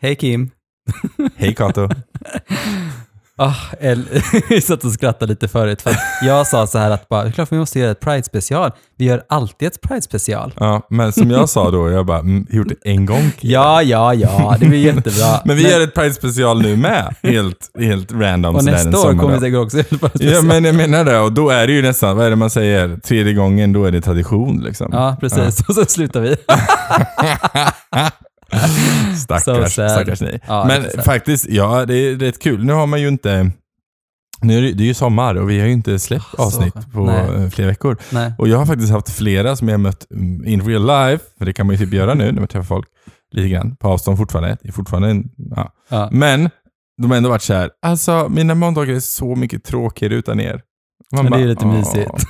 Hej Kim. Hej Kato. Ah, el- jag satt och skrattade lite förut för att jag sa så här att bara, "Det är klart vi måste göra ett Pride-special. Vi gör alltid ett Pride-special. Ja, men som jag sa då, jag bara, mm, gjort det en gång. Ja, ja, ja, det blir jättebra. Men vi gör ett Pride-special nu med. Helt, helt random. och sådär en nästa år kommer vi sommardag. säkert också göra ett Pride-special. Ja, men jag menar det. Och då är det ju nästan, vad är det man säger? Tredje gången, då är det tradition liksom. Ja, precis. Och sen slutar vi. So Stackars, sad. stackars ni. Ja, det är men sad. faktiskt, ja, det är rätt kul. Nu har man ju inte... Nu är det, det är ju sommar och vi har ju inte släppt Ah, så. avsnitt på Nej. eh, flera veckor. Nej. Och jag har faktiskt haft flera som jag mött mm, in real life, för det kan man ju typ göra nu när man träffar folk lite grann, på avstånd fortfarande. Det är fortfarande en, ja. Ja. Men de har ändå varit så här, alltså mina måndagar är så mycket tråkigare utan er. Man Men det är ju bara, lite "Åh." mysigt.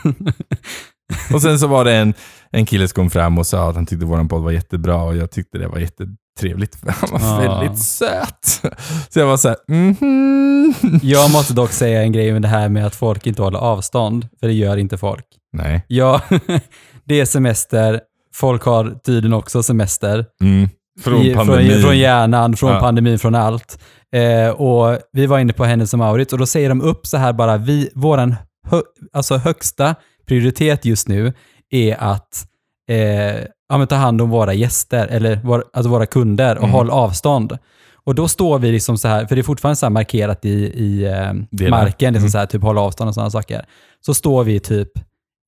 och sen så var det en, en kille som kom fram och sa att han tyckte våran podd var jättebra och jag tyckte det var jättetrevligt. Han var Ja. väldigt söt. Så jag var så här, mhm. Jag måste dock säga en grej med det här med att folk inte håller avstånd, för det gör inte folk. Nej. Ja, det är semester. Folk har tydligen också semester. Mm. Från I, pandemin. Från, från hjärnan, från Ja. pandemin, från allt. Eh, och vi var inne på Hennes och Mauritz och då säger de upp så här bara, vi, våran hö, alltså högsta prioritet just nu är att eh, ja, men ta hand om våra gäster, eller vår, alltså våra kunder Mm. och håll avstånd. Och då står vi liksom så här, för det är fortfarande så här markerat i, i eh, Delar. marken, liksom Mm. så här, typ håll avstånd och sådana saker. Så står vi typ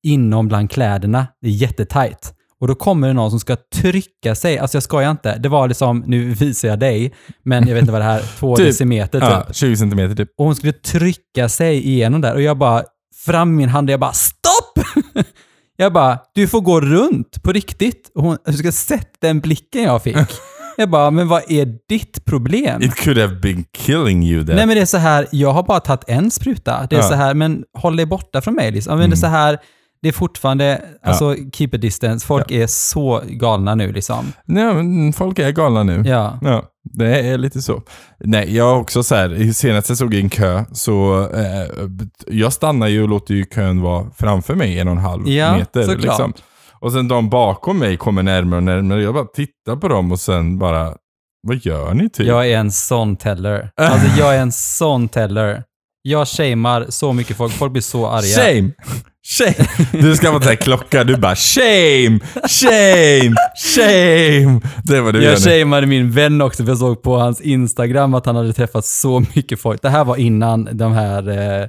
inom bland kläderna. Det är jättetajt. Och då kommer det någon som ska trycka sig. Alltså jag skojar inte. Det var liksom, nu visar jag dig, men jag vet inte vad det här, två Typ. decimeter typ. Ja, 20 centimeter typ. Och hon skulle trycka sig igenom där och jag bara, fram min hand och jag bara, stopp! jag bara, du får gå runt på riktigt. Och hon, du ska sett den blicken jag fick. jag bara, men vad är ditt problem? It could have been killing you there. Nej men det är så här, jag har bara tagit en spruta. Det är Ja. så här, men håll dig borta från mig. Liksom. Men det är så här, det är fortfarande, alltså keep a distance. Folk är så galna nu liksom. Nej, men folk är galna nu. Ja. Ja, det är lite så. Nej, jag har också så här, senast jag såg i en kö så eh, jag stannar ju och låter ju kön vara framför mig en och en halv Ja, meter. såklart. Liksom. Och sen de bakom mig kommer närmare och närmare. Jag bara tittar på dem och sen bara, vad gör ni typ? Jag är en sån teller. Alltså jag är en sån teller. Jag shamear så mycket folk. Folk blir så arga. Shame! Shame! Du ska vara så här klocka, du bara shame, shame, shame. Det var du Jag gör nu. shameade min vän också för jag såg på hans Instagram att han hade träffat så mycket folk. Det här var innan de här, eh,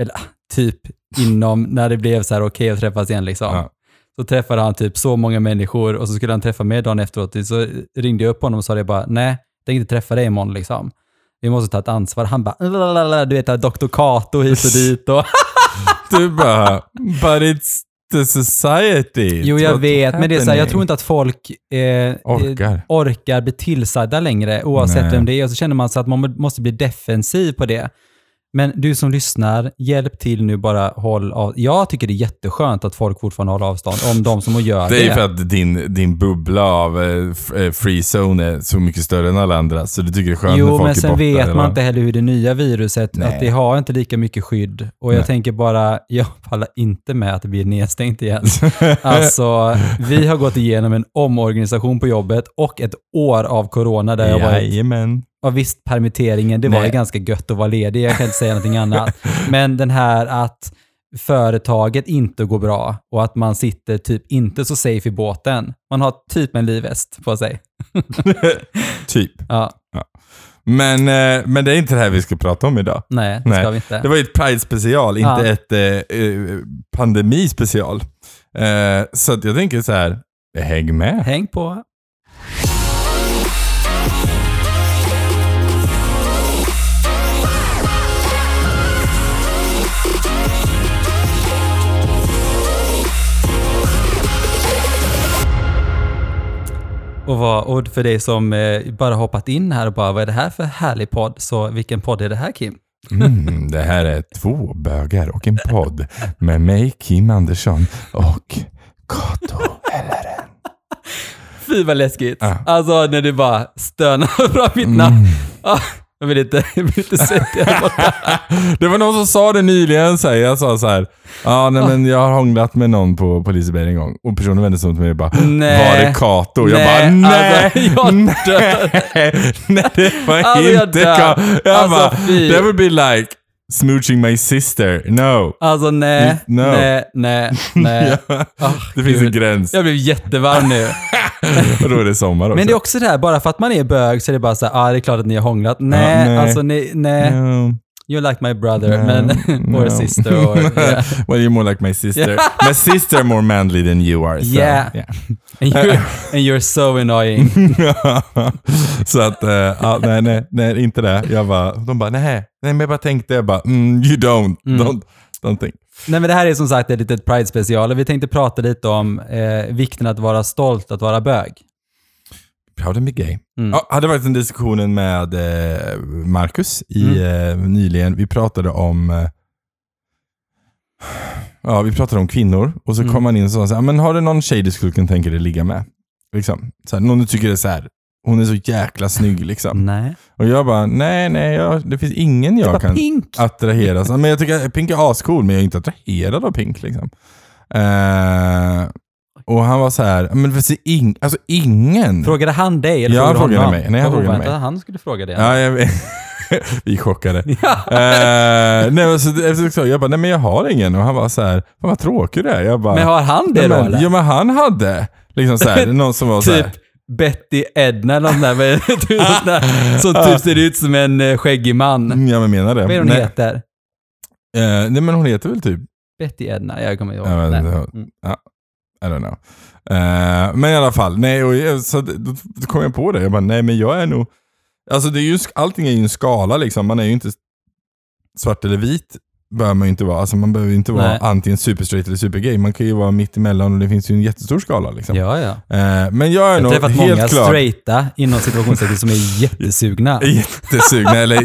eller ah, typ inom, när det blev så här okej att träffas igen liksom. Ja. Så träffade han typ så många människor och så skulle han träffa mig dagen efteråt. Så ringde jag upp honom och sa det bara, nej, jag tänkte inte träffa dig imorgon liksom. Vi måste ta ett ansvar. Han bara, "Lalalala", du vet, Dr. Kato hit och dit. Och Du bara, but it's the society. jo, jag What vet, men det är så här, jag happening? tror inte att folk eh, eh, Orkar. orkar bli tillsagda längre, oavsett Nej. vem det är. Och så känner man så att man må- måste bli defensiv på det. Men du som lyssnar, hjälp till nu bara håll av. Jag tycker det är jätteskönt att folk fortfarande håller avstånd, om de som gör det. Det är för att din, din bubbla av eh, f- eh, free zone är så mycket större än alla andra, så du tycker det är skönt när Jo, folk men är sen borta, vet eller? man inte heller hur det nya viruset, Nej. att det har inte lika mycket skydd. Och jag Nej. tänker bara, jag pallar inte med att det blir nedstängt igen. alltså, vi har gått igenom en omorganisation på jobbet och ett år av corona där jag varit Jajamän. Ja visst, permitteringen, det var Nej. ju ganska gött att vara ledig, jag kan inte säga någonting annat. Men den här att företaget inte går bra och att man sitter typ inte så safe i båten. Man har typ en livväst på sig. typ. Ja, Men, eh, men det är inte det här vi ska prata om idag. nej, det Nej, ska vi inte. Det var ju ett Pride-special, inte Ja. ett eh, eh, pandemi-special. Eh, så att jag tänker så här, häng med. Häng på. Och, vad, och för dig som eh, bara hoppat in här och bara, vad är det här för härlig podd? Så vilken podd är det här Kim? Mm, det här är två bögar och en podd med mig, Kim Andersson och Kato Helleren. Fy vad läskigt. Ja. Alltså när du bara stönar fram mitt namn. Ah, Jag vill inte, jag vill inte säga det här borta. Det var någon som sa det nyligen. Så här, jag sa så här. Ja, nej, men jag har hånglat med någon på, på Liseberg en gång. Och personen vände sig mot mig och bara. Nej. Var det Kato? Jag bara nej. Alltså, jag dör. nej, det var Alltså, jag inte dör. Kato. Jag Alltså, bara. fy. That would be like smooching my sister. No. Alltså nej, No. nej, nej, nej. Ah, Det finns en gud. gräns. Jag blev jättevarm nu. Och då är det sommar också. Men det är också det här, bara för att man är bög så är det bara så här, ah, det är klart att ni har hånglat. Nej, nej. alltså nej, nej. No. You're like my brother, No, men, or no. sister, or, yeah. Well, you're more like my sister. my sister more manly than you are. So, Yeah. And, you're, and you're so annoying. så att, eh, ja, nej, nej, nej, inte det. Jag bara, de bara, nej, nej, men jag bara tänkte, jag bara, mm, you don't. don't. Don't think. Nej men det här är som sagt ett litet Pride-special och vi tänkte prata lite om eh, vikten att vara stolt att vara bög. Proud and be gay. Ja, hade varit en diskussion med eh, Marcus i, eh, nyligen. Vi pratade om eh, ja, vi pratade om kvinnor och så kom han in och sa så här, men har du någon tjej du skulle kunna tänka dig ligga med? Liksom. Så här, någon du tycker är så här, hon är så jäkla snygg liksom. Nej. Och jag bara, nej, nej, jag, det finns ingen jag Bara kan... pink. attraheras. Men jag tycker att Pink är ascool, men jag är inte attraherad av Pink. Liksom. Eh, och han var så här, men det finns ing, alltså ingen. Frågade han dig? Eller Jag frågade frågade honom? mig. Nej, han Vad frågade oväntat mig. att Han skulle fråga det. Ja, jag, vet. vi är chockade. Ja. Eh, nej, men så, efter så, jag bara, nej men jag har ingen. Och han var så här, "Fan, vad tråkig du är. Jag bara, Men har han det "Nej, då men, eller? Ja men han hade, liksom så här, någon som var så här. typ Betty Edna eller något sånt där. men typ något där Som typ ser ut som en eh, skäggig man. "Mm, Ja men menar det. Vad är hon nej, heter? eh, nej men hon heter väl typ Betty Edna? Jag kommer inte ihåg. Ja, men, Nej. Mm. ja, ja, I don't know. Eh, men i alla fall, nej, och, jag- så, att- då, då kom jag på det. Jag bara, nej men jag är nog... Alltså det är ju, sk- allting är ju en skala liksom. Man är ju inte svart eller vit. Behöver man ju inte vara. Alltså man behöver ju inte vara Nej. antingen superstraight eller supergay. Man kan ju vara mitt emellan och det finns ju en jättestor skala liksom. Ja, ja. Eh, men jag är Jag har nog träffat helt många klart straighta inom situationstecken som är jättesugna. jättesugna, eller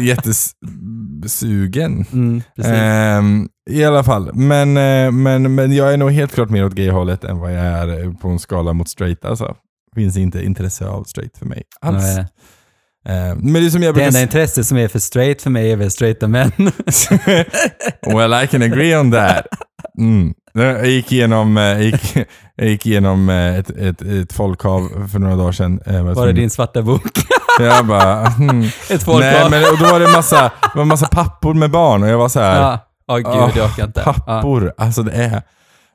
jättesugen. Mm, precis. Ehm, I alla fall. Men, eh, men, men jag är nog helt klart mer åt gay-hållet än vad jag är eh, på en skala mot straight. Alltså, finns inte intresse av straight för mig alls. Nej. Ehm, men det är som jag Det brukar enda säga. intresset som är för straight för mig är väl straighta män. Well, Oh, I can agree on that. Mm. Jag gick igenom, eh, jag gick, jag gick igenom eh, ett, ett, ett folkhav för några dagar sedan. Eh, Var det din svarta bok? Jag bara... Mm. Ett Nej, folkhav? men och då var det massa, det var massa pappor med barn och jag var så här... Ja, Åh, gud, jag orkar inte. Ja. Pappor, alltså det är...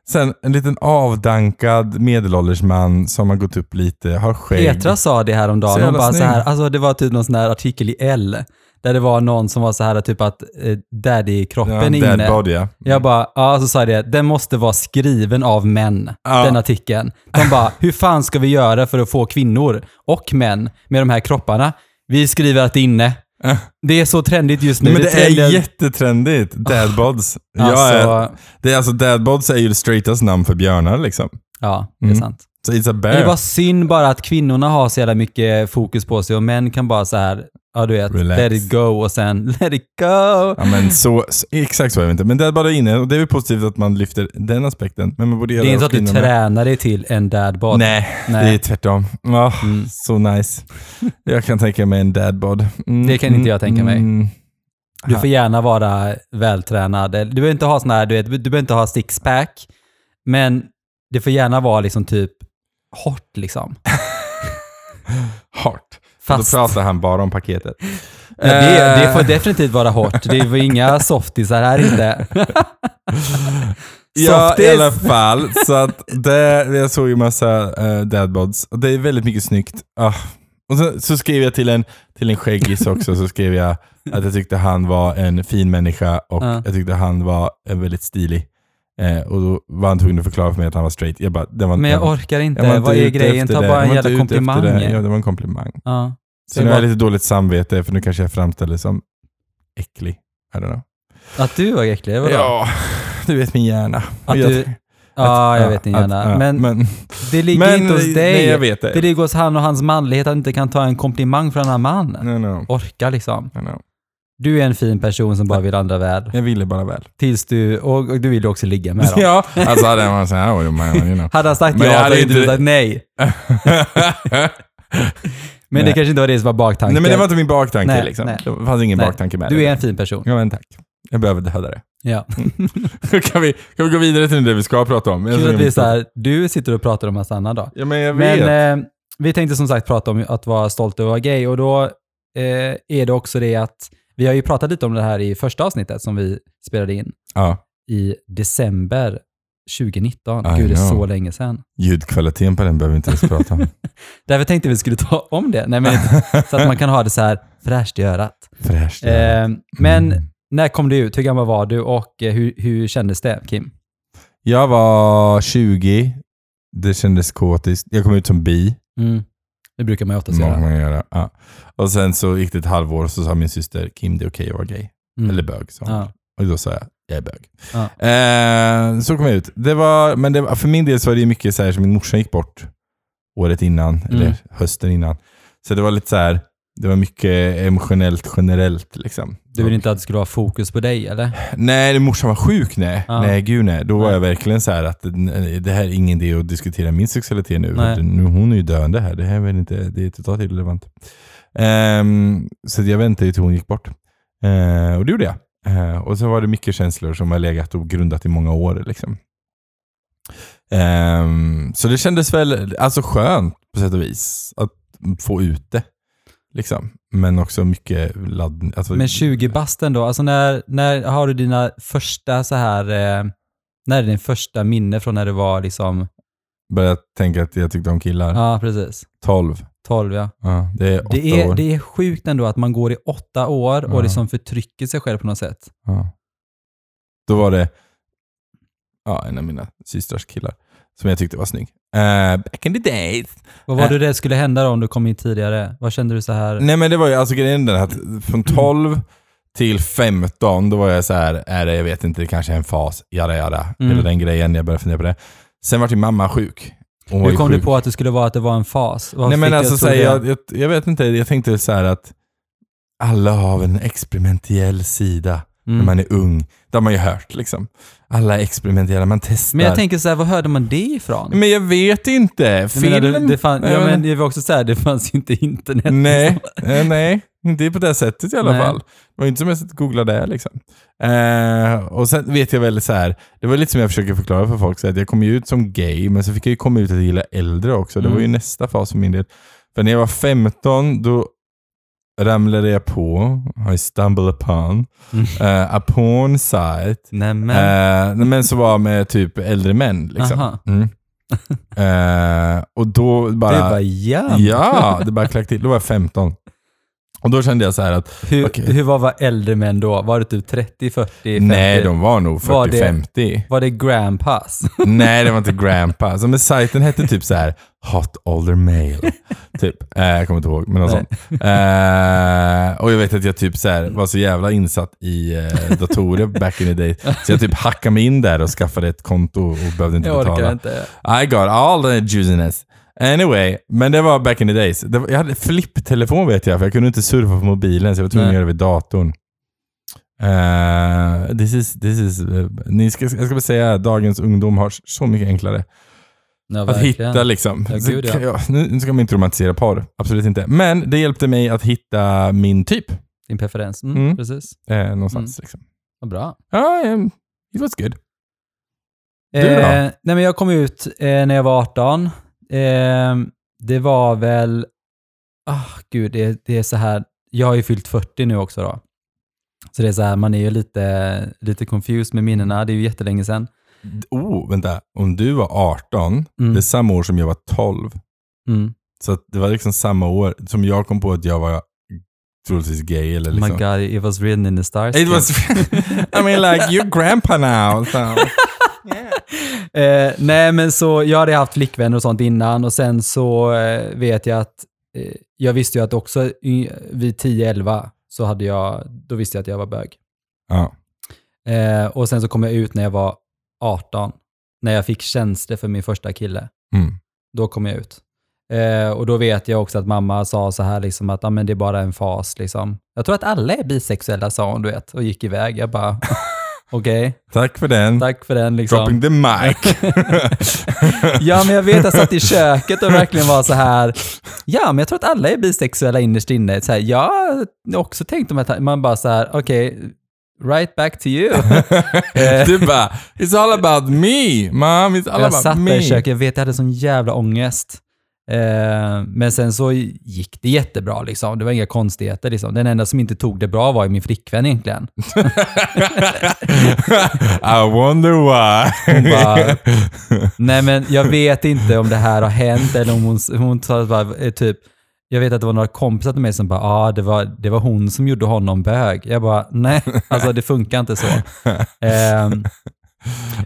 Sen en liten avdankad medelålders man som har gått upp lite, har skägg. Petra sa det här om Så dagen. Hon jävla bara så snygg. här, alltså det var typ någon sån här artikel i L, där det var någon som var så här typ att eh, ja, daddy-kroppen är dead inne. body, ja. Jag bara, ja så sa jag det, den måste vara skriven av män, Ja. den artikeln. De bara, hur fan ska vi göra för att få kvinnor och män med de här kropparna? Vi skriver att det är inne. Det är så trendigt just nu. Men det är trendiga- jättetrendigt. Dad bods. Jag är, Alltså, det är alltså, dad bods är ju det straightaste namn för björnar liksom. ja, det är sant. Så it's a bear. Det är bara synd bara att kvinnorna har så jävla mycket fokus på sig och män kan bara så här, ja du vet, Relax. let it go och sen let it go. Ja, men så, så, exakt så är det inte. Men dad bod är inne och det är väl positivt att man lyfter den aspekten. Men man borde göra Det är inte så att åt du kvinnorna. tränar dig till en dadbod. Nej, Nej. Mm. det är tvärtom. Oh, Så nice. Jag kan tänka mig en dad bod. Mm, Det kan inte jag tänka mig. mm. Du får gärna vara vältränad. Du behöver inte ha sån här, du vet, du behöver inte ha sixpack, men det får gärna vara liksom typ hårt liksom. Hårt. Fast. Då pratar han bara om paketet. Nej, Det, det får definitivt vara hårt. Det är inga softisar här inte. Ja, i Softies. alla fall. Så att det, jag såg ju massa uh, dadbods och det är väldigt mycket snyggt. Ah. Och så, så skrev jag till en, till en skäggis också, så skrev jag att jag tyckte han var en fin människa och Ja. jag tyckte han var eh, väldigt stilig. Eh, och då var han tvungen att förklara för mig att han var straight. Jag bara, det var Men jag var orkar inte. var Vad ute är efter grejen? Ta det. bara Jag en var inte jävla ute efter komplimang. det. Ja, det var en komplimang. Ja. Så nu har jag lite dåligt samvete, för nu kanske jag framställdes som äcklig. I don't know. Att du var äcklig, vadå? Ja, du vet min hjärna. Att Jag- du- Ja, jag vet din hjärna. ja, Men men det ligger men- inte hos dig. Nej, jag vet det. Det ligger hos han och hans manlighet att han inte kan ta en komplimang från en annan man. No, no, Orka liksom. no, no. Du är en fin person som bara vill andra väl. Jag ville bara väl. Tills du, och, och du vill ju också ligga med dem. Ja, alltså hade man såhär, oh, man, you know. Hade han sagt Men jag ja, hade hade inte inte- du sagt nej. Men det Nej. kanske inte var det som var baktanken. Nej men det var inte min baktanke Nej, liksom. nej. Det fanns ingen Nej. baktanke med du det. är en fin person. Ja men tack. Jag behöver döda det. Ja. kan, vi, kan vi gå vidare till det vi ska prata om? Jag Kul tror att vi jag- är så här, du sitter och pratar om massa annat då. Ja men jag vet. Men eh, vi tänkte som sagt prata om att vara stolt över att vara gay och då eh, är det också det att vi har ju pratat lite om det här i första avsnittet som vi spelade in ja. i december 2019. I Gud, det är know. så länge sedan. Ljudkvaliteten på den behöver vi inte ens prata om. Därför tänkte vi skulle ta om det. Nej, men, så att man kan ha det så här fräscht i örat. Fräscht. ja. Eh, men Mm. när kom du ut? Hur gammal var du och eh, hur, hur kändes det, Kim? Jag var 20. Det kändes kåtiskt. Jag kom ut som bi. Mm. Det brukar man ju oftast Många göra. gånger göra. Ja. Och sen så gick det ett halvår och så sa min syster Kim, det är okej att vara gay. Mm. Eller bög. sa hon. Ja. Och då sa jag, jag är bög. Ja. Eh, så kom jag ut. Det var, men det, var- för min del så var det ju mycket så här som min morsa gick bort året innan, Mm. eller hösten innan. Så det var lite så här, det var mycket emotionellt generellt liksom. Du vill inte att det skulle vara fokus på dig, eller? Nej, morsan var sjuk. Nej, Ja. nej gud nej. Då var Nej. jag verkligen så här att nej, det här är ingen idé att diskutera min sexualitet nu. Nej. För att nu hon är ju döende här. Det här är väl inte, det är totalt irrelevant. Ehm, så jag väntade till hon gick bort. Ehm, och det gjorde jag. Ehm, och så var det mycket känslor som har legat och grundat i många år. Liksom. Ehm, så det kändes väl alltså skönt på sätt och vis att få ut det. Liksom. Men också mycket laddning. Alltså, Men 20 basten då, alltså när, när har du dina första så här, eh, när är din första minne från när du var liksom, började tänka att jag tyckte om killar. ja precis, 12. 12 ja. Ja, det är åtta Det är, år. det är sjukt ändå att man går i åtta år och Ja. liksom förtrycker sig själv på något sätt. Ja. Då var det ja, en av mina systrars killar som jag tyckte var snygg. Eh, back in the days. Vad var Äh. det det skulle hända då om du kom in tidigare? Vad kände du så här? Nej men det var ju alltså grejen den att från 12 till 15, då var jag så här, är det, jag vet inte, det kanske är en fas, jada jada. Mm. Eller den grejen, jag började fundera på det. Sen var ju mamma sjuk. Hon var Hur ju kom sjuk. du på att det skulle vara att det var en fas? Vad Nej men fick- alltså tror så här, du- jag, jag, jag vet inte, jag tänkte så här att alla har en experimentell sida. Mm. när man är ung. Det har man ju hört liksom. Alla experimenterar, man testar. Men jag tänker så här, vad hörde man det ifrån? Men jag vet inte. Jag Film? menar, det, det, fann, Nej, ja, men- men det var också så här, det fanns ju inte internet. Nej, eh, nej. Inte på det sättet i alla Nej. fall. Det var inte som jag satt och googlade där liksom. Eh, och sen vet jag väl så här. det var lite som jag försöker förklara för folk, så här, att jag kom ju ut som gay, men så fick jag ju komma ut att gilla äldre också. Det var ju Mm. nästa fas för min del. För när jag var 15, då ramlade jag på, I stumbled upon, Mm. eh, a porn site Nej men, Men, Eh, men så var med typ äldre män. Äh, Liksom. Aha. Mm. Eh, och då det bara... var jävligt. ja, det bara klack till. Då var jag 15. Och då kände jag så här att, Hur, Okej. hur var, var äldre män då? Var det typ 30, 40, 50? nej de var nog Var det- 40-50. Var det grandpass? Nej, det var inte grandpa. Alltså, men sajten hette typ så här Hot Older Male. Typ. Eh, jag kommer inte ihåg, men något Nej. sånt. Eh, och jag vet att jag typ så här, var så jävla insatt i eh, datorer back in the day. Så jag typ hackade mig in där och skaffade ett konto och behövde inte Jag betala. orkar inte. I got all the juiciness. Anyway, men det var back in the days. Det var, jag hade flipptelefon vet jag, för jag kunde inte surfa på mobilen så jag var tvungen att Nej. göra det vid datorn. Eh, this is, this is, eh, ni ska, jag ska bara säga att dagens ungdom har så mycket enklare. Ja, Att verkligen. hitta liksom. Ja, Så gud, ja. kan jag- nu nu ska man inte romantisera porr, absolut inte. Men det hjälpte mig att hitta min typ Din preferens. Mm, Mm. Precis. eh, någonstans. Mm. Liksom. Vad bra. Ja, ehm, it was good. Du då? Eh, nej, men jag kom ut eh, när jag var 18. Eh, det var väl... Ah, gud, det, det är så här. Jag har ju fyllt 40 nu också då. Så det är så här, man är ju lite, lite confused med minnena. Det är ju jättelänge sedan. Oh, vänta. Om du var 18, Mm. det är samma år som jag var 12. Mm. Så att det var liksom samma år som jag kom på att jag var troligtvis gay. Eller liksom. Oh my god, it was written in the stars. It was, I mean like your grandpa now. So. Eh, nej, men så jag hade haft flickvänner och sånt innan och sen så eh, vet jag att eh, jag visste ju att också i, vid 10-11 så hade jag, då visste jag att jag var bög. Ja. Eh, och sen så kom jag ut när jag var 18, när jag fick tjänster för min första kille. Mm. Då kom jag ut. Eh, och då vet jag också att mamma sa så här liksom att ah, men det är bara en fas liksom. Jag tror att alla är bisexuella sa hon du vet och gick iväg. Jag bara Okej, Tack för den. tack för den liksom. Dropping the mic. Ja, men jag vet att jag satt i köket och verkligen var så här. Ja, men jag tror att alla är bisexuella innerst inne. Så här, jag har också tänkt om att man bara så här, okej, right back to you. du bara, it's all about me, mom. It's all jag about satt me. där i köket, jag vet jag hade sån jävla ångest. Eh, men sen så gick det jättebra liksom. Det var inga konstigheter liksom. Den enda som inte tog det bra var ju min flickvän egentligen. I wonder why. Hon bara, nej men jag vet inte om det här har hänt eller om hon, hon sa bara, eh, typ, jag vet att det var några kompisar till mig som bara, ja ah, det, var, det var hon som gjorde honom bög. Jag bara, nej, alltså det funkar inte så. Ehm,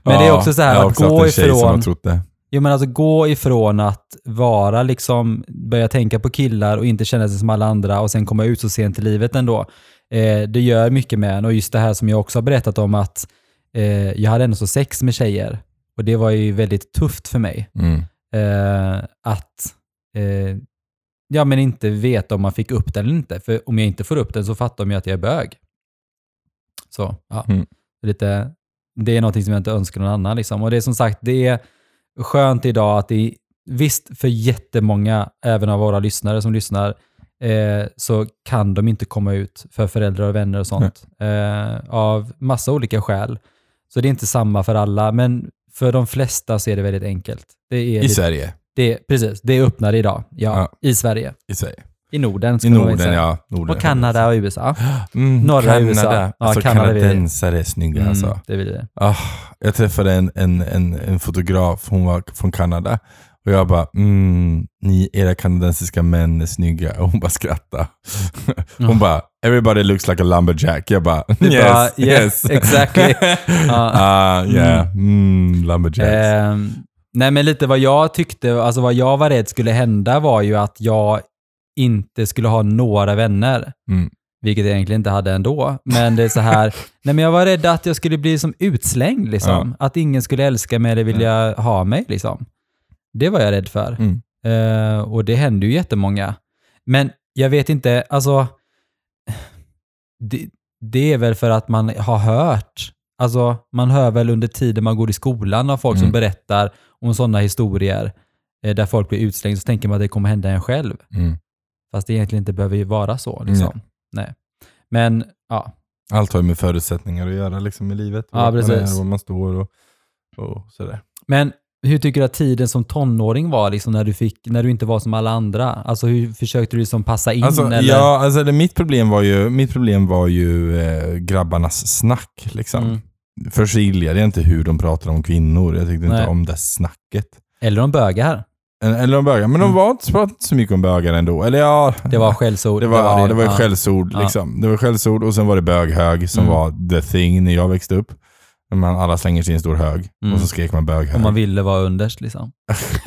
men det är Ja, också så här, jag har att också gå haft en tjej som har ifrån, trott det. jo, men alltså, gå ifrån att vara liksom, börja tänka på killar och inte känna sig som alla andra och sen komma ut så sent i livet ändå. Eh, det gör mycket med en och just det här som jag också har berättat om att eh, jag hade ändå så sex med tjejer och det var ju väldigt tufft för mig Mm. eh, att eh, ja, men inte veta om man fick upp den eller inte. För om jag inte får upp den så fattar de ju att jag är bög. Så, ja. Mm. Lite, det är någonting som jag inte önskar någon annan. Liksom. Och det är som sagt, det är skönt idag att det är, visst för jättemånga, även av våra lyssnare som lyssnar, eh, så kan de inte komma ut för föräldrar och vänner och sånt. Eh, av massa olika skäl. Så det är inte samma för alla, men för de flesta så är det väldigt enkelt. Det är I lite- Sverige. det, precis, det öppnar idag. Ja, I Sverige. I Sverige. I Norden. I skulle man väl Norden, säga. ja. Norden. Och Kanada och USA. Mm, norra Kanada. USA. Ja, Alltså Kanada är vi- kanadensare är snygga Mm, alltså. det blir det. Ah, jag träffade en, en, en, en fotograf, hon var från Kanada. Och jag bara, mm, ni, era kanadensiska män är snygga. Och hon bara skrattade. Hon Ja. bara, everybody looks like a lumberjack. Jag bara, Du yes, bara, yes. exactly. Ja. Ah, yeah, mm, lumberjacks. Ehm, nej, men lite vad jag tyckte, alltså vad jag var rädd skulle hända var ju att jag inte skulle ha några vänner. Mm. Vilket jag egentligen inte hade ändå. Men det är så här, nej men jag var rädd att jag skulle bli som utslängd liksom. Att ingen skulle älska mig eller vilja ha mig liksom. Det var jag rädd för. Mm. Eh, och det hände ju jättemånga. Men jag vet inte, alltså det, det är väl för att man har hört. Alltså, man hör väl under tiden man går i skolan av folk som Mm. berättar om sådana historier eh, där folk blir utslängda, så tänker man att det kommer hända en själv. Mm. Fast det egentligen inte behöver ju vara så. Liksom. Nej. Men, ja. Allt har ju med förutsättningar att göra liksom, i livet. Ja, Vart Man precis. är, var man står och, och sådär. Men hur tycker du att tiden som tonåring var, liksom, när, du fick, när du inte var som alla andra? Alltså, hur försökte du liksom passa in? Alltså, eller? ja, alltså, det, mitt problem var ju, mitt problem var ju eh, grabbarnas snack. Liksom. Mm. förskiljade jag inte hur de pratade om kvinnor. Jag tyckte Nej. inte om det snacket. eller om bögar? Eller om bögar. Men de Mm. var inte, pratade inte så mycket om bögar ändå. Eller ja, Det var skällsord. det var, ja, det var ju ja. skällsord. Ja. Liksom. Det var skällsord och sen var det böghög som Mm. var the thing när jag växte upp. När Man alla slänger sig i en stor hög Mm. och så skrek man Om böghög. man ville vara underst liksom.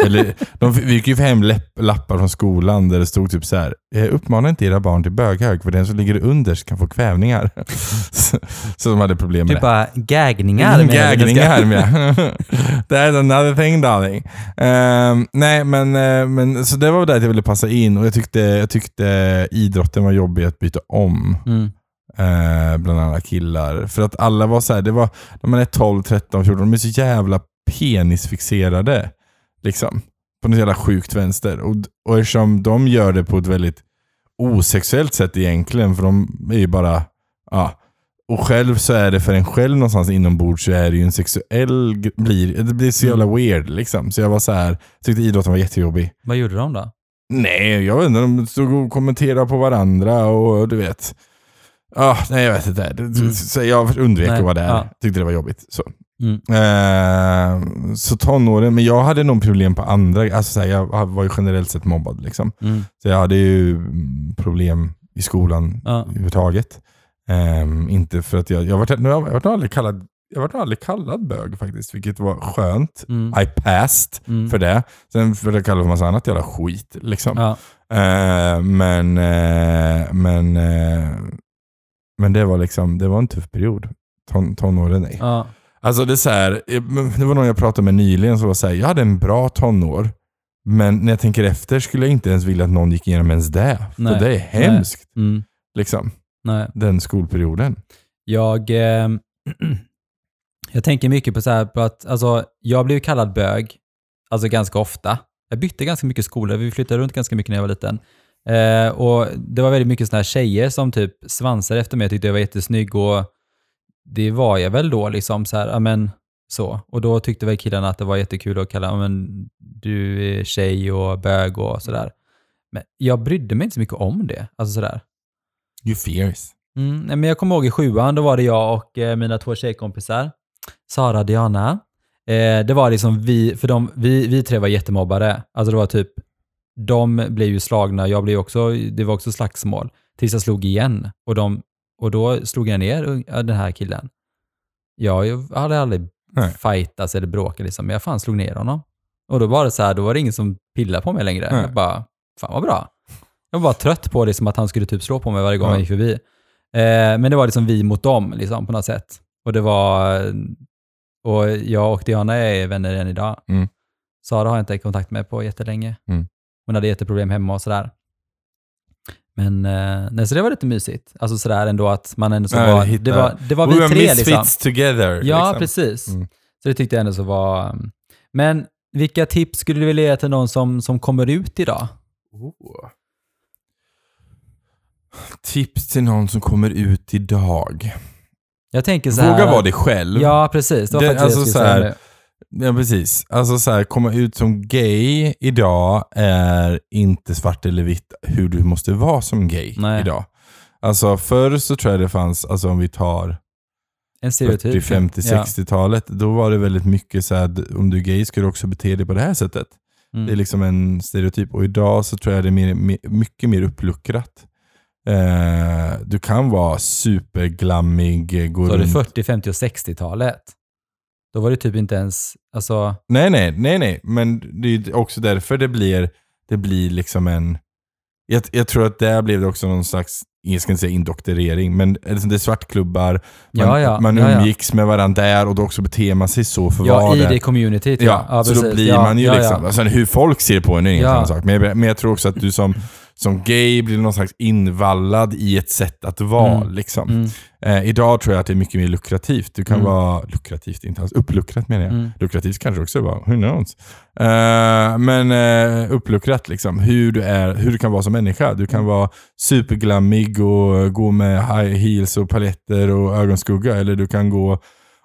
Eller, de, vi gick ju hem läpp, lappar från skolan där det stod typ så här. "Eh, Uppmana inte era barn till böghög för den som ligger underst kan få kvävningar. så, så de hade problem med Typ det. bara gagningar. Mm, Mm, menar jag att det ska- Gagningar med. That's another thing darling. Ehm, nej, men, eh, men så det var där jag ville passa in och jag tyckte, jag tyckte idrotten var jobbig att byta om. Mm. eh, bland alla killar. För att alla var så här, det var, när man är 12, 13, 14, de är så jävla penisfixerade. Liksom. På något jävla sjukt vänster. Och, och eftersom de gör det på ett väldigt osexuellt sätt egentligen, för de är ju bara, ja. Och själv så är det för en själv någonstans inombords så är det ju en sexuell, gr- blir, det blir så jävla weird liksom. Så jag var så här, tyckte idrotten var jättejobbig. Vad gjorde de då? Nej, jag vet inte. De stod och kommenterade på varandra och du vet. Ah, nej, jag vet inte. Det- Mm. Så jag undvek Nej, att vara där. ja. Tyckte det var jobbigt. Så. Mm. Eh, så tonåren, men jag hade nog problem på andra. Alltså, så här, jag var ju generellt sett mobbad. Liksom. Så jag hade ju mm, problem i skolan Ja. överhuvudtaget. Ehm, inte för att jag, jag vart, nu har jag varit aldrig kallad jag vart aldrig kallad bög faktiskt, vilket var skönt. Mm. I passed Mm. för det. Sen för det kallas för massa annat jävla skit. Liksom. Ja. Eh, men, eh, men, eh, men det var liksom, det var en tuff period. Ton, tonåren, nej. Ja. Alltså det är så här, eh, men det var någon jag pratade med nyligen som var så här, jag hade en bra tonår. Men när jag tänker efter skulle jag inte ens vilja att någon gick igenom ens det. Nej. För det är hemskt. Mm. Liksom, Nej. den skolperioden. Jag, eh, Jag tänker mycket på, så här, på att alltså, jag blev kallad bög alltså ganska ofta. Jag bytte ganska mycket skolor, vi flyttade runt ganska mycket när jag var liten. Eh, och Det var väldigt mycket såna här tjejer som typ svansade efter mig och tyckte jag var jättesnygg och det var jag väl då. liksom så här, ja, men, så. Och då tyckte väl killarna att det var jättekul att kalla ja, men, du är tjej och bög och sådär. Men jag brydde mig inte så mycket om det. Alltså sådär. You fears. Mm, nej, men jag kommer ihåg i sjuan, då var det jag och eh, mina två tjejkompisar, Sara och Diana. Eh, det var liksom vi, för de, vi, vi tre var jättemobbare. Alltså det var typ, de blev ju slagna, jag blev också, det var också slagsmål. Tills jag slog igen och, de, och då slog jag ner un- ja, den här killen. Ja, jag hade aldrig Nej. fightats eller bråkat liksom, men jag fan slog ner honom. Och då var det så här, då var det ingen som pillade på mig längre. Nej. Jag bara, fan vad bra. Jag var bara trött på det som att han skulle typ slå på mig varje gång Ja. jag gick förbi. Eh, men det var liksom vi mot dem liksom, på något sätt. Och det var... Och jag och Diana är vänner än idag. Mm. Sara har jag inte kontakt med på jättelänge. Mm. Hon hade jätteproblem hemma och sådär. Men eh, nej, så det var lite mysigt. Alltså sådär ändå att man ändå så Ja, var, hitta- Oh, det var... Det var We vi were tre misfits liksom. together. Ja, liksom. precis. Mm. Så det tyckte jag ändå så var... um, Men vilka tips skulle du vilja ge till någon som, som kommer ut idag? Oh. Tips till någon som kommer ut idag. Jag tänker så här, Våga vara dig själv. Ja, precis. Det var Det- faktiskt det jag alltså skulle så här, säga nu. Ja, precis. Alltså så här, komma ut som gay idag är inte svart eller vitt hur du måste vara som gay Nej. idag. Alltså förr så tror jag det fanns, alltså om vi tar En typ. stereotyp. 40, 50, 60-talet, då var det väldigt mycket så här, d- om du är gay ska du också bete dig på det här sättet. Ja. Mm. Det är liksom en stereotyp och idag så tror jag det är mer, mer, mycket mer uppluckrat. Eh, du kan vara superglammig, eh, gå Så har du runt 40, 50 och 60-talet. Då var det typ inte ens, alltså, Nej, nej, nej, nej. Men det är ju också därför det blir, det blir liksom en... Jag, jag tror att där blev det också någon slags, jag ska inte säga indoktrinering, men liksom det är svartklubbar. Man, Ja, ja. man Ja, ja. umgicks med varandra där och då också beter man sig så för ja vad i det det communityt. Ja, så då precis. blir Ja, man ju ja, liksom... Ja. Alltså hur folk ser på en är en helt Ja. annan sak. Men jag, men jag tror också att du som, som gay blir någon slags invallad i ett sätt att vara. Mm. Liksom. Mm, Eh, idag tror jag att det är mycket mer lukrativt. Du kan Mm. vara... Lukrativt, inte alls. Uppluckrat menar jag. mm. Lukrativt kanske det också var, who knows? Eh, men uh, uppluckrat liksom, hur du, är, hur du kan vara som människa. Du Mm. kan vara superglammig och gå med high heels och paletter och ögonskugga. Eller du kan gå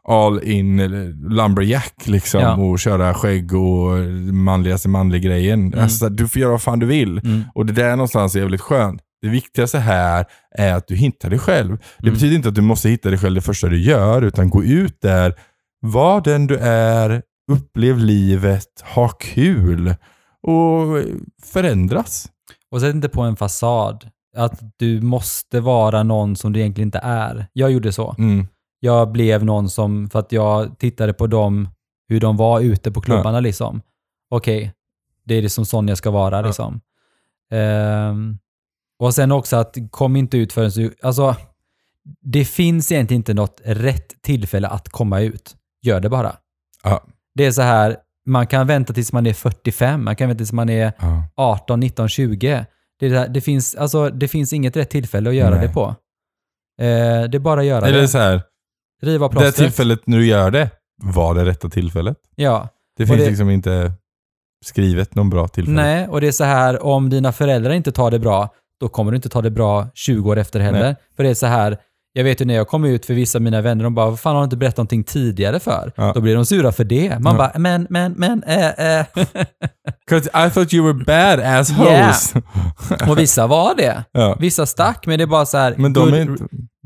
all in eller lumberjack liksom Ja. och köra skägg och manligaste manlig grejen. Alltså, du får göra vad fan du vill. Mm. Och det där någonstans är jävligt skönt. Det viktigaste här är att du hittar dig själv. Det Mm. betyder inte att du måste hitta dig själv det första du gör, utan gå ut där, var den du är, upplev livet, ha kul och förändras. Och sätt inte på en fasad. Att du måste vara någon som du egentligen inte är. Jag gjorde så. Mm. Jag blev någon som, för att jag tittade på dem, hur de var ute på klubbarna liksom. Okej, det är liksom sån jag ska vara Ja. liksom. Ehm, och sen också att kom inte ut förrän du, alltså det finns egentligen inte något rätt tillfälle att komma ut. Gör det bara. Ja. Det är så här, man kan vänta tills man är 45, man kan vänta tills man är Ja. 18, 19, 20. Det, är det, här, det, finns, alltså, det finns inget rätt tillfälle att göra Nej. det på. Eh, det är bara att göra Eller det. så här, Riva av det här plåstret. tillfället när du gör det, var det rätta tillfället? Ja. Det Och finns det- liksom inte skrivet någon bra tillfälle. Nej, och det är så här, om dina föräldrar inte tar det bra, då kommer du inte ta det bra 20 år efter heller. Nej. För det är så här, jag vet ju när jag kom ut för vissa av mina vänner, de bara, vad fan har du inte berättat någonting tidigare för? Ja. Då blir de sura för det. Man Ja. bara, men, men, men, äh, äh. 'Cause I thought you were bad assholes. Och vissa var det. ja. Vissa stack, men det är bara så här, Men de good, är, inte,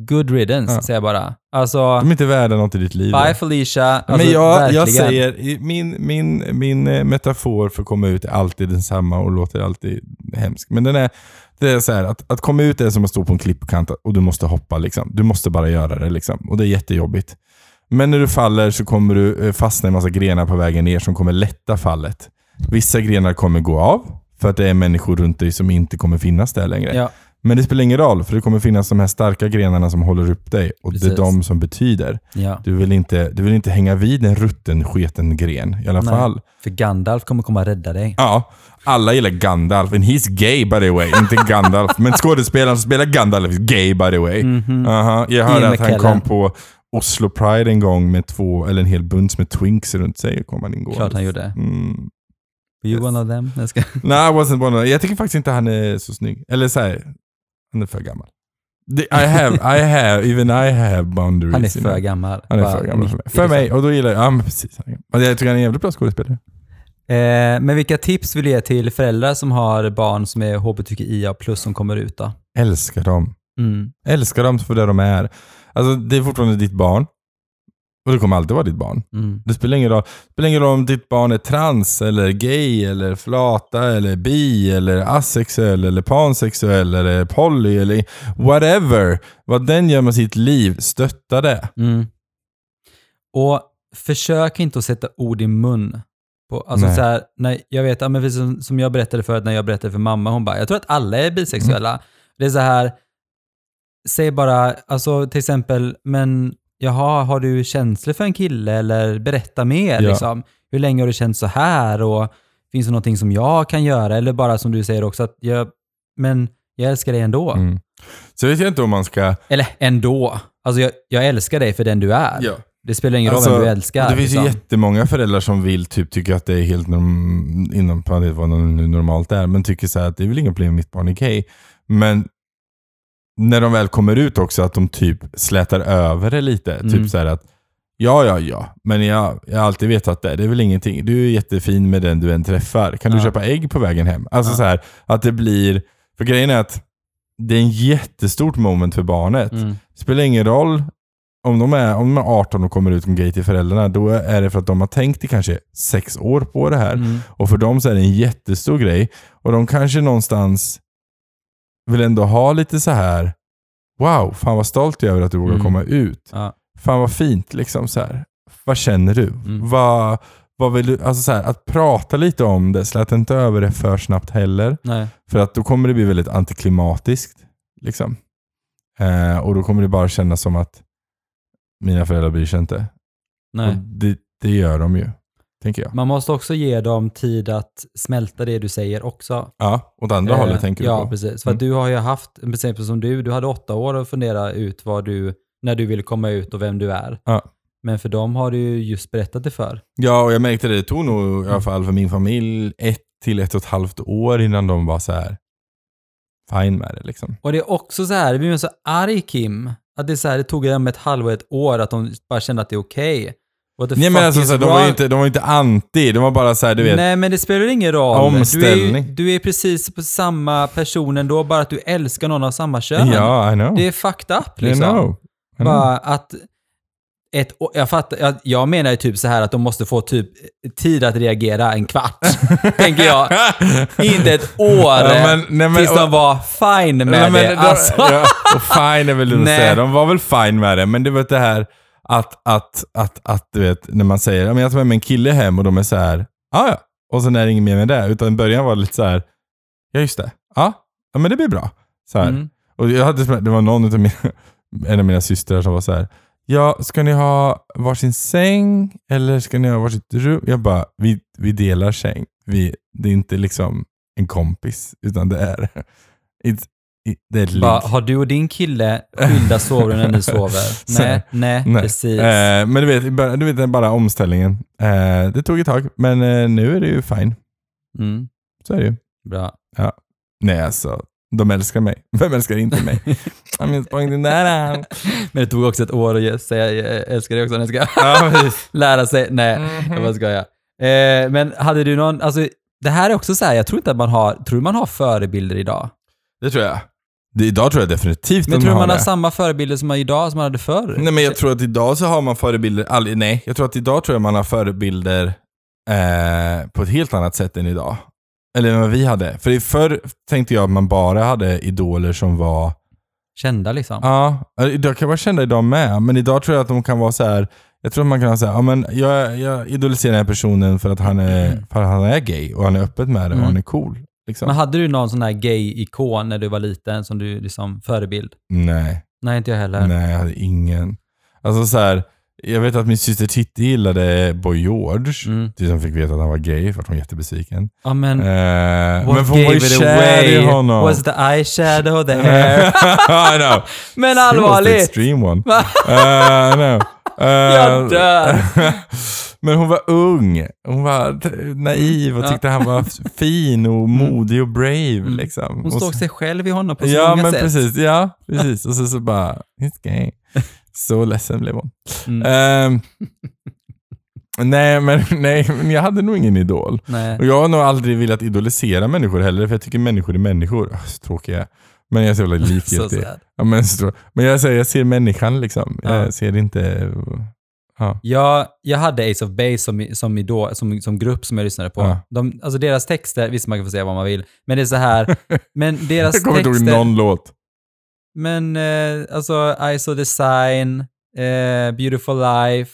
good riddance, Ja. säger jag bara. Alltså, de är inte värda något i ditt liv. bye Felicia. Alltså, men jag, jag verkligen. säger, i- min, min, min eh, metafor för att komma ut är alltid densamma och låter alltid hemsk. Men den är, det är så här, att, att komma ut är som att stå på en klippkant och du måste hoppa. Liksom. Du måste bara göra det. Liksom. Och det är jättejobbigt. Men när du faller så kommer du eh, fastna i en massa grenar på vägen ner som kommer lätta fallet. Vissa grenar kommer gå av, för att det är människor runt dig som inte kommer finnas där längre. Ja. Men det spelar ingen roll, för det kommer finnas de här starka grenarna som håller upp dig. Och det Precis. är de som betyder. Ja. Du vill inte, du vill inte hänga vid en rutten, sketen gren i alla Nej. fall. För Gandalf kommer komma och rädda dig. Ja, alla gillar Gandalf. And he's gay by the way. Inte Mm-hmm. Mm. Gandalf, men skådespelaren som spelar Gandalf is gay by the way. Aha, jag hörde Ian att han McKellen. kom på Oslo Pride en gång med två, eller en hel bunt med twinks runt sig. Kom han ingående. Klart han gjorde. Mm. You Yes. one of them? Jag ska... Nej, I wasn't one of Jag tycker faktiskt inte han är så snygg. Eller så här, han är för gammal. The- I have, I have, even I have boundaries. Han är you know. för gammal. Han är Bara för gammal för mig. 90 För mig, liksom. och då gillar jag, ja men precis. han är gammal. Och Jag tycker han är en jävligt bra skådespelare. Eh, men vilka tips vill du ge till föräldrar som har barn som är hbtqia plus som kommer ut då? Älskar dem. Mm. Älskar dem för det de är. Alltså det är fortfarande ditt barn. Och det kommer alltid vara ditt barn. Mm. Det spelar ingen roll, det spelar ingen roll om ditt barn är trans, eller gay, eller flata, eller bi, eller asexuell, eller pansexuell, eller poly, eller whatever. Vad den gör med sitt liv, stötta det. Mm. Och försök inte att sätta ord i mun. På, alltså Nej. så här, när jag vet, ja, men precis som, som jag berättade förut när jag berättade för mamma, hon bara, jag tror att alla är bisexuella. Mm. Det är så här, säg bara, alltså till exempel, men jaha, har du känslor för en kille eller berätta mer Ja. liksom. Hur länge har du känt så här och finns det någonting som jag kan göra? Eller bara som du säger också, att jag, men jag älskar dig ändå. Mm. Så vet jag inte om man ska... Eller ändå. Alltså jag, jag älskar dig för den du är. Det spelar ingen roll Alltså, vem du älskar. Det finns ju liksom. jättemånga föräldrar som vill typ tycka att det är helt norm, inom parentes vad nu normalt är, men tycker så här att det är väl inga problem mitt barn är gay. Men när de väl kommer ut också att de typ slätar över det lite. Mm. Typ så här att ja, ja, ja, men jag, jag har alltid vetat det. Det är väl ingenting. Du är jättefin med den du än träffar. Kan Ja. du köpa ägg på vägen hem? Alltså Ja. så här att det blir, för grejen är att det är en jättestort moment för barnet. Mm. Spelar ingen roll om de är, om de är 18 och kommer ut som gay till föräldrarna. Då är det för att de har tänkt i kanske sex år på det här. Mm. Och för dem så är det en jättestor grej. Och de kanske någonstans vill ändå ha lite så här. Wow, fan vad stolt jag är över att du vågar Mm. komma ut. Ja. Fan vad fint liksom så här. Vad känner du? Mm. Vad, vad vill du? Alltså så här, att prata lite om det. Slät inte över det för snabbt heller. Nej. För att då kommer det bli väldigt antiklimatiskt. Liksom. Eh, och då kommer det bara kännas som att mina föräldrar bryr sig inte. Och Nej. det, det gör de ju, tänker jag. Man måste också ge dem tid att smälta det du säger också. Ja, åt andra Eh, hållet tänker Ja, du på. Mm. precis. För att du har ju haft, till exempel som du, du hade åtta år att fundera ut vad du, när du ville komma ut och vem du är. Ja. Men för dem har du ju just berättat det för. Ja, och jag märkte det. Det tog Mm. nog i alla fall för min familj ett till ett och ett halvt år innan de var så här fine med det. Liksom. Och det är också så här, vi blev så arg Kim, att det är så här, det tog dem ett halvår, ett år att de bara kände att det är okej. What the Nej, fuck men alltså, is så här, de, var ju wrong? inte, de var ju inte anti, de var bara så här, du vet. Nej, men det spelar ingen roll. Du är, ju- Omställning. du är precis på samma person ändå, bara att du älskar någon av samma kön. ja, I know. Det är fucked up I liksom. know. I know. Bara att ett, å- jag, fattar, jag, jag menar ju typ så här att de måste få typ tid att reagera en kvart, tänker jag. Inte ett år Ja, men- nej, men- tills de och- var fine med Nej, men det. de- alltså. ja, och fine är väl det att Nej. säga. De var väl fine med det, men det var det här att, att, att, att du vet, när man säger "Ja, men jag tar med mig en kille hem och de är så här, "Ja, ja. Och sen är det inget mer med det. Utan i början var det lite så här, ja just det, ja, ja men det blir bra. Så här. Mm. Och jag hade, det var någon utav mina, en av mina systrar som var så här, ja, ska ni ha varsin säng eller ska ni ha varsitt rum? Jag bara, vi, vi delar säng. Vi, det är inte liksom en kompis, utan det är, it's, it, det är ett ligg. Bara, har du och din kille skilda sovrum när ni sover? Så- Nej, nej, Nej. precis. Eh, men du vet, i början- du vet den bara omställningen. Eh, det tog ett tag, men eh, nu är det ju fine. Mm, Så är det ju. bra. Nej alltså, de älskar mig. Vem älskar inte mig? I'm just pointing that out. Men det tog också ett år att ge- säga jag älskar dig också. när jag ska- Ja, precis. lära sig. Nej, Mhm. jag bara skojar. Eh, men hade du någon, alltså det här är också så här, jag tror inte att man har, tror man har förebilder idag? Det tror jag. Det, idag tror jag definitivt Men de tror har man har det. samma förebilder som man har idag som man hade förr? Nej men jag tror att idag så har man förebilder, all, nej, jag tror att idag tror jag man har förebilder eh, på ett helt annat sätt än idag. Eller än vad vi hade. För i förr tänkte jag att man bara hade idoler som var, Kända liksom. ja, eller idag kan vara kända idag med, men idag tror jag att de kan vara så här. jag tror att man kan säga, ja men jag, jag idoliserar den här personen för att, han är, för att han är gay och han är öppet med det och Mm. han är cool. Liksom. Men hade du någon sån här gay-ikon när du var liten som du liksom förebild? Nej. Nej, inte jag heller. Nej, jag hade ingen. Alltså så här, Jag vet att min syster Titti gillade Boy George. Mm. Tills hon fick veta att han var gay, vart hon jättebesviken. Ja, men... Eh, What men för hon var gave ju it kär away i honom. was the eyeshadow, the hair. I know. men She was the allvarligt! extreme one. Eh, no. Eh, Jag dör. men hon var ung. Hon var t- naiv och Ja. Mm. tyckte han var f- fin och modig och brave. Liksom. Hon Och såg så- sig själv i honom på så Ja, många men sätt. precis. Ja, precis. Och så, så bara, it's gay. Så ledsen blev hon. Mm. Ehm, nej, men, nej, men jag hade nog ingen idol. Nej. Och jag har nog aldrig velat idolisera människor heller, för jag tycker människor är människor. Ah, Så tråkiga jag är. Men jag är så jävla Så likgiltig. sad. Ja, men, så, trå- men jag, säger, jag ser människan liksom. Ja. Jag ser inte... Ja. Jag, jag hade Ace of Base som, som, idol, som, som grupp som jag lyssnade på. Ja. De, alltså deras texter, visst man kan få säga vad man vill, men det är så här, men deras Jag kommer inte ihåg texter, någon låt. men eh, alltså I saw the sign, eh, beautiful life,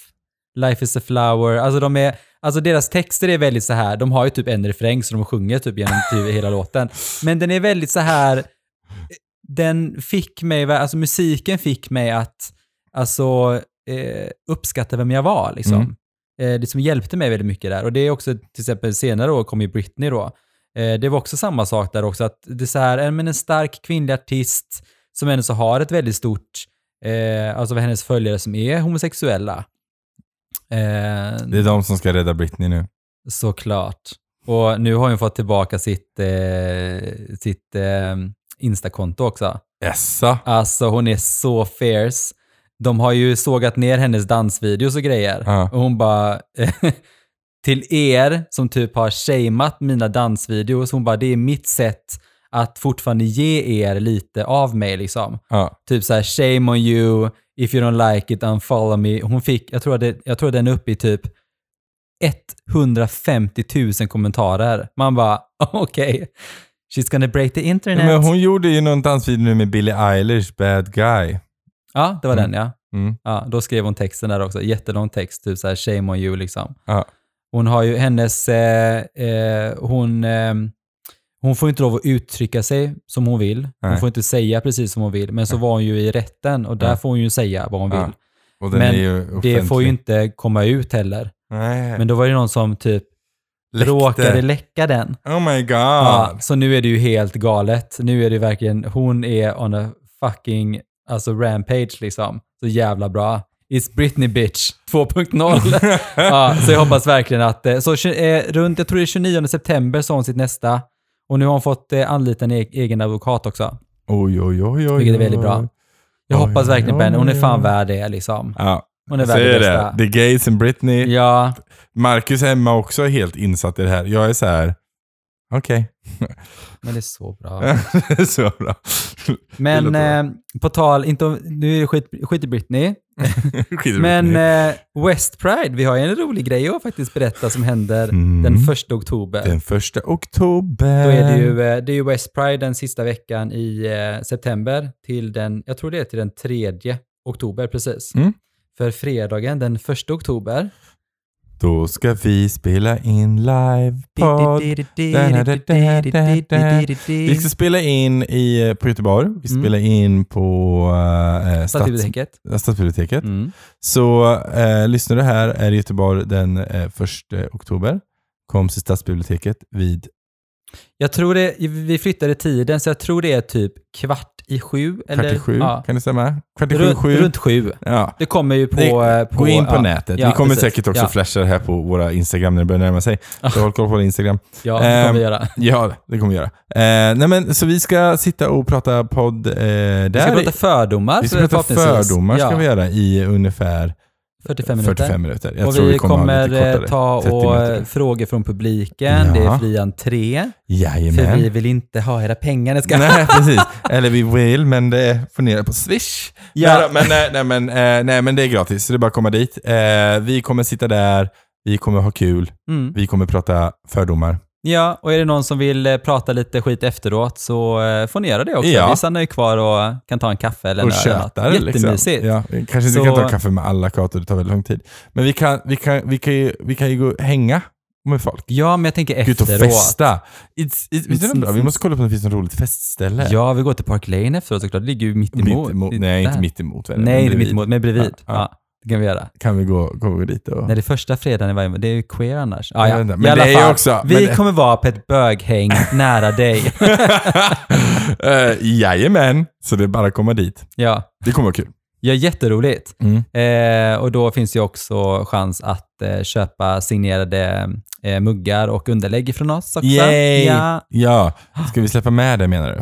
life is a flower, alltså de är, alltså deras texter är väldigt så här, de har ju typ en refräng som de sjunger typ genom typ hela låten, men den är väldigt så här, den fick mig, alltså musiken fick mig att alltså, eh, uppskatta vem jag var. Liksom. Mm. Eh, det som hjälpte mig väldigt mycket där. Och det är också, till exempel senare år kom ju Britney då. Eh, det var också samma sak där också, att det är så här, en, men en stark kvinnlig artist som ändå så har ett väldigt stort, eh, alltså vad hennes följare som är homosexuella. Eh, Det är de som ska rädda Britney nu. Såklart. Och nu har hon fått tillbaka sitt, eh, sitt eh, Instakonto också. Essa. Alltså hon är så fierce. De har ju sågat ner hennes dansvideos och grejer. Ja. Och hon bara, till er som typ har shameat mina dansvideos, hon bara, det är mitt sätt att fortfarande ge er lite av mig liksom. Ja. Typ så här, shame on you, if you don't like it, unfollow me. Hon fick, jag tror, att det, jag tror att den är uppe i typ 150 000 kommentarer. Man bara, okej, she's gonna break the internet. Men hon gjorde ju någon dansvideo nu med Billie Eilish, Bad Guy. Ja, det var Mm. den ja. Mm. ja. Då skrev hon texten där också, jättelång text, typ så här shame on you liksom. Ja. Hon har ju hennes, eh, eh, hon, ehm, hon får inte lov att uttrycka sig som hon vill. Hon Nej. får inte säga precis som hon vill, men så var hon ju i rätten och där Ja. får hon ju säga vad hon Ja. vill. Och den Men är ju Det får ju offentlig. inte komma ut heller. Nej. Men då var det någon som typ Läckte. råkade läcka den. Oh my god. Ja, så nu är det ju helt galet. Nu är det verkligen, hon är on a fucking alltså rampage liksom. Så jävla bra. It's Britney bitch 2.0. ja, så jag hoppas verkligen att, eh, så tju- eh, runt, jag tror det är 29 september sa hon sitt nästa. Och nu har hon fått eh, anlita en e- egen advokat också. Oj, oj, oj, oj. Vilket är väldigt bra. Jag Oj, hoppas oj, verkligen på oj, henne. Hon är oj, fan oj. värd det liksom. Ja, Hon är så värd det är det. bästa. The Gays and Britney. Ja, Marcus och Emma också är helt insatt i det här. Jag är så här. okej. men det är så bra. så bra. Men låter eh, på tal, inte, om- nu är det skit, skit i Britney. Skit i Men Britney. eh, West Pride, vi har ju en rolig grej att faktiskt berätta som händer Mm. den första oktober. Den första oktober. Då är det ju, eh, det är ju West Pride den sista veckan i eh, september till den, jag tror det är till den tredje oktober precis. Mm. För fredagen den första oktober. Då ska vi spela in livepodd. Vi ska spela in i, eh, på Göteborg. Vi Mm. spelar in på eh, stads, Stadsbiblioteket. Stadsbiblioteket. Mm. Så eh, lyssnar du här är i Göteborg den eh, 1 oktober. Kom till Stadsbiblioteket vid... Jag tror det, vi flyttade tiden så jag tror det är typ kvart i sju. Eller, Kvart i sju, Ja, kan det stämma? Kvart i sju, runt, sju. runt sju. Ja. Det kommer ju på... Det- eh, på Gå in på ja, nätet. Ja, vi kommer precis. säkert också Ja. flasha det här på våra Instagram när det börjar närma sig. Så håll koll på vår Instagram. Ja, det kommer Ehm, vi göra. Ja, det kommer vi göra. Eh, nej men, så vi ska sitta och prata podd eh, där. Vi ska prata fördomar. Vi ska prata förhoppningsvis. fördomar ska ja, vi göra i ungefär 45 minuter. 45 minuter. Jag och tror vi, vi kommer, ha kommer lite eh, kortare. ta 30 och eh, minuter. frågor från publiken. Det är Ja. fri entré. För Jajamän. vi vill inte ha era pengar. Jag Ska... Nej, precis. Eller vi vill, men det får ner på Swish. Ja. Nej, då, men, nej, nej, men, eh, nej, men det är gratis, så det är bara att komma dit. Eh, vi kommer sitta där, vi kommer ha kul, Mm. vi kommer prata fördomar. Ja, och är det någon som vill eh, prata lite skit efteråt så eh, får ni göra det också. Ja. Vi stannar ju kvar och kan ta en kaffe eller en Och öl eller något. tjötar. Jättemysigt. Liksom. Ja, vi kanske inte Så- kan ta kaffe med alla kator, det tar väldigt lång tid. Men vi kan, vi kan, vi kan, ju, vi kan ju gå och hänga med folk. Ja, men jag tänker Gå ut och efteråt. festa. It's, it's, vet du vad bra? Vi måste kolla på om det finns något roligt festställe. Ja, vi går till Park Lane efteråt såklart. Det ligger ju mitt emot. mitt emot. Nej, Där. inte mitt emot. väl, men Nej, det är bredvid. mitt emot, men bredvid. Ja, Ja, ja. Det Det kan vi göra. Kan vi gå, gå dit och... Nej, det är första fredagen i varje månad. Det är ju queer annars. Jag Ah, ja. vet inte, I men alla det är ju fall, också- men vi det- kommer vara på ett böghäng nära dig. Eh, jajamän, så det är bara att komma dit. Ja, Det kommer vara kul. ja jätteroligt. Mm. Eh, och då finns det ju också chans att eh, köpa signerade eh, muggar och underlägg från oss också. Yay! Ja. Ja, ska vi släppa med det menar du?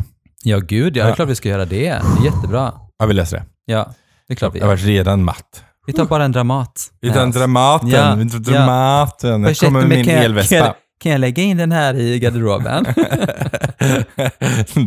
ja, gud ja. Det är Ja. klart vi ska göra det. Det är jättebra. Ja, vi läser det. Ja, det är klart vi Jag gör. var redan matt. Vi tar bara en Dramat. Utan oss. Dramaten, Ja, utan Dramaten. Jag Ursäkta, kommer med men min kan jag- Kan, elväspa. jag- kan jag lägga in den här i garderoben?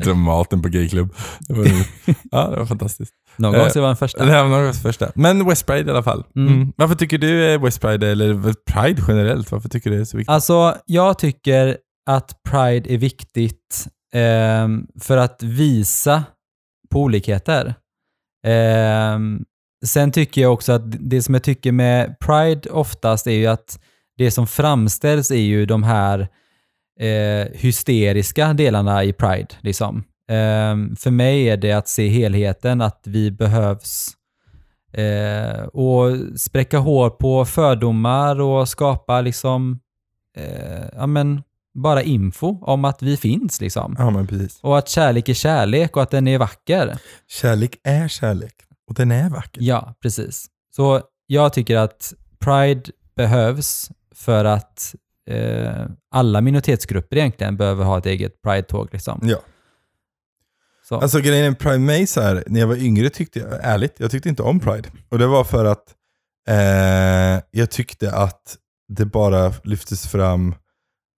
Dramaten på gayklubb. Det var roligt. Ja, det var fantastiskt. Någon gång Eh, ska det vara den Det första. här var något första. Men West Pride i alla fall. Mm. Mm. Varför tycker du eh, West Pride, eller väl Pride generellt, varför tycker du det är så viktigt? Alltså, jag tycker att Pride är viktigt ehm, för att visa på olikheter. Ehm, sen tycker jag också att det som jag tycker med Pride oftast är ju att det som framställs är ju de här eh, hysteriska delarna i Pride. Liksom. Ehm, för mig är det att se helheten, att vi behövs eh, och spräcka hår på fördomar och skapa liksom, eh, ja, men, bara info om att vi finns. Liksom. Ja, men precis. Och att kärlek är kärlek och att den är vacker. Kärlek är kärlek. Och den är vacker. Ja, precis. Så jag tycker att Pride behövs för att eh, alla minoritetsgrupper egentligen behöver ha ett eget Pride-tåg. Liksom. Ja. Så. Alltså grejen är Pride May så här, när jag var yngre tyckte jag, ärligt, jag tyckte inte om Pride. Och det var för att eh, jag tyckte att det bara lyftes fram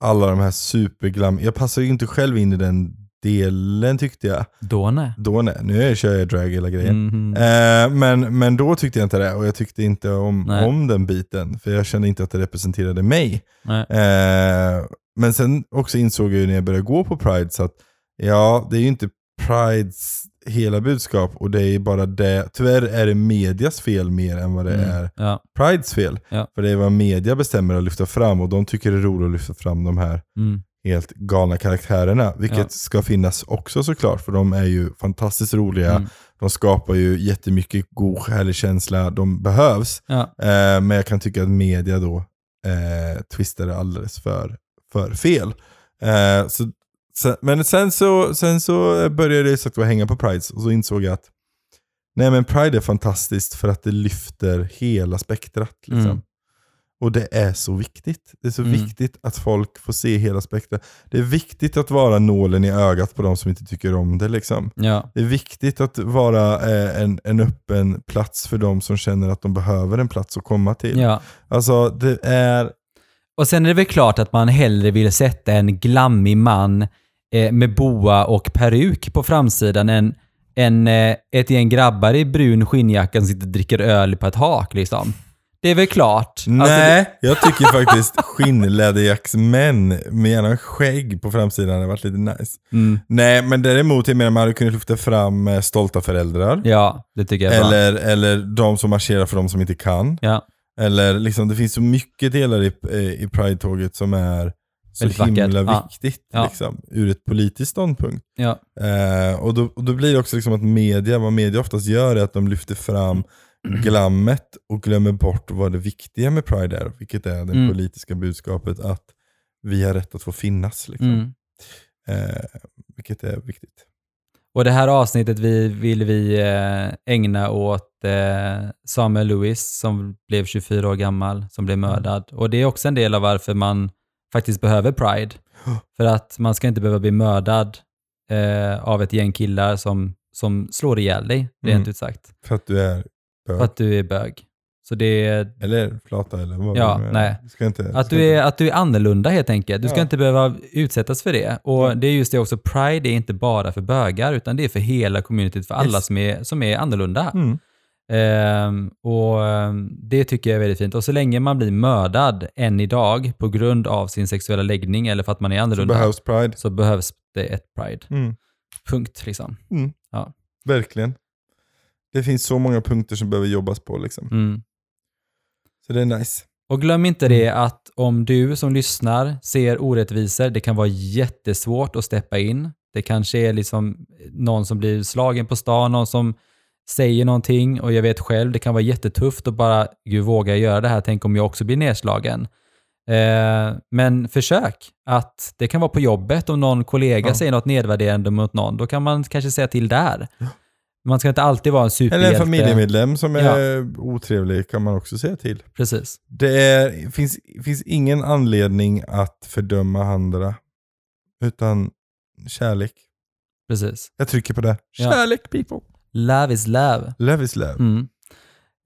alla de här superglam, jag passade ju inte själv in i den delen tyckte jag. då nej. Då nej, nu kör jag drag hela grejen. Mhm. Eh, men, men då tyckte jag inte det och jag tyckte inte om, Nej. om den biten. För jag kände inte att det representerade mig. Nej. Eh, men sen också insåg jag ju när jag började gå på Pride så att ja, det är ju inte Prides hela budskap och det är bara det. Tyvärr är det medias fel mer än vad det Mm. är Ja. Prides fel. Ja. För det är vad media bestämmer att lyfta fram och de tycker det är roligt att lyfta fram de här Mm. helt galna karaktärerna. Vilket Ja. ska finnas också såklart, för de är ju fantastiskt roliga. Mm. De skapar ju jättemycket god, härlig känsla. De behövs. Ja. Eh, men jag kan tycka att media då eh, twistar det alldeles för, för fel. Eh, så, sen, men sen så, sen så började jag sagt, hänga på Prides och så insåg jag att nej men Pride är fantastiskt för att det lyfter hela spektrat. Liksom. Mm. Och det är så viktigt. Det är så Mm. viktigt att folk får se hela spektrat. Det är viktigt att vara nålen i ögat på de som inte tycker om det. Liksom. Ja. Det är viktigt att vara eh, en, en öppen plats för de som känner att de behöver en plats att komma till. ja. Alltså det är... Och sen är det väl klart att man hellre vill sätta en glammig man eh, med boa och peruk på framsidan än, än eh, ett gäng grabbar i brun skinnjacka som sitter och dricker öl på ett hak. Liksom. Det är väl klart. Alltså, det- Nej, jag tycker faktiskt skinnläderjacksmän med gärna skägg på framsidan hade varit lite nice. mm. Nej, men däremot jag menar man hade kunnat lyfta fram eh, stolta föräldrar. Ja, det tycker jag är bra. Eller, eller de som marscherar för de som inte kan. Ja, Eller liksom, det finns så mycket delar i, eh, i Pride-tåget som är så Väldigt vackert. himla Ja. viktigt Ja. Liksom, ur ett politiskt ståndpunkt. ja, Eh, och, då, och då blir det också liksom att media, vad media oftast gör är att de lyfter fram glammet och glömmer bort vad det viktiga med Pride är, vilket är det Mm. politiska budskapet att vi har rätt att få finnas. Liksom. mm. Eh, vilket är viktigt. Och det här avsnittet vi, vill vi eh, ägna åt eh, Samuel Lewis som blev 24 år gammal, som Mm. blev mördad. Och det är också en del av varför man faktiskt behöver Pride. För att man ska inte behöva bli mördad eh, av ett gäng killar som, som slår ihjäl dig, rent Mm. ut sagt. För att du är bög, För att du är bög. Så det är eller flata eller vad Ja, vad är. nej. Du Ska inte, Att ska du, inte- är, att du är annorlunda helt enkelt. Du ska Ja. inte behöva utsättas för det. Och Ja. det är just det också, Pride är inte bara för bögar, utan det är för hela communityt, för alla Yes. som, är, som är annorlunda. Mm. Ehm, och ehm, Det tycker jag är väldigt fint. Och så länge man blir mördad än idag på grund av sin sexuella läggning eller för att man är Så annorlunda, behövs Pride. så behövs det ett Pride. Mm. Punkt liksom. Verkligen. Det finns så många punkter som behöver jobbas på. Liksom. Mm. Så det är nice. Och glöm inte det Mm. att om du som lyssnar ser orättvisor, det kan vara jättesvårt att steppa in. Det kanske är liksom någon som blir slagen på stan, någon som säger någonting och jag vet själv, det kan vara jättetufft att bara, gud vågar jag göra det här? Tänk om jag också blir nedslagen. Eh, men försök att, det kan vara på jobbet om någon kollega Ja. säger något nedvärderande mot någon, då kan man kanske säga till där. Man ska inte alltid vara en superhjälte. Eller en familjemedlem som är otrevlig kan man också säga till. Precis. Det är, finns, finns ingen anledning att fördöma andra. Utan kärlek. Precis. Jag trycker på det. Ja. Kärlek people. Love is love. Love is love. Mm.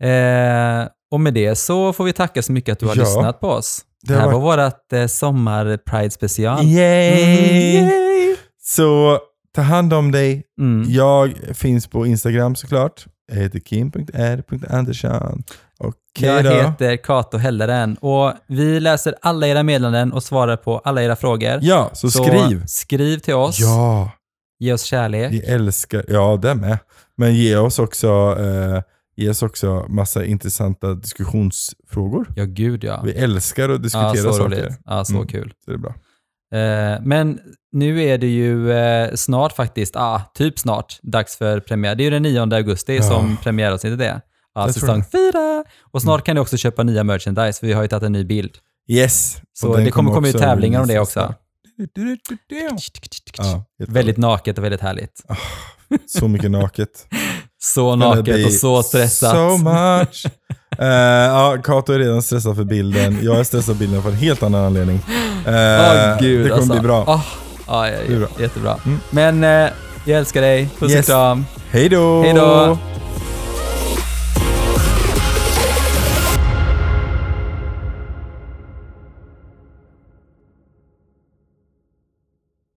Eh, och med det så får vi tacka så mycket att du har Ja. lyssnat på oss. Det, har här varit- var vårt eh, sommar-Pride-special. Yay! Mm, Så ta hand om dig. Mm. Jag finns på Instagram såklart. Jag heter kim.r.andersson. Okej Jag då. heter Kato Helleren och vi läser alla era meddelanden och svarar på alla era frågor. Ja, så, skriv. Skriv till oss. Ja, Ge oss kärlek. vi älskar, ja det med. Men ge oss också, eh, ge oss också massa intressanta diskussionsfrågor. Ja, gud ja. Vi älskar att ja, så diskutera saker. roligt. Ja, så Mm. kul. Så det är bra. Eh, men nu är det ju eh, snart faktiskt, ah, typ snart, dags för premiär. Det är ju den 9 augusti Ja. som premiäravsnittet är. Ja, Jag tror Mm. säsong 4! Och snart kan du också köpa nya merchandise, för vi har ju tagit en ny bild. Yes. Så Och den det kommer komma ut också tävlingar om det releasas också. där. Ja, helt Väldigt naket och väldigt härligt. roligt. Så mycket naket. Så Gonna naket be och så stressat. So much. Eh, ja, Kato är redan stressad för bilden. Jag är stressad för bilden för en helt annan anledning. Eh, Åh, gud, det kommer alltså. bli bra. Ah, ah, ja, blir bra. Jättebra. Mm. Men eh, jag älskar dig. Puss Yes. och kram. Hej då! Hej då!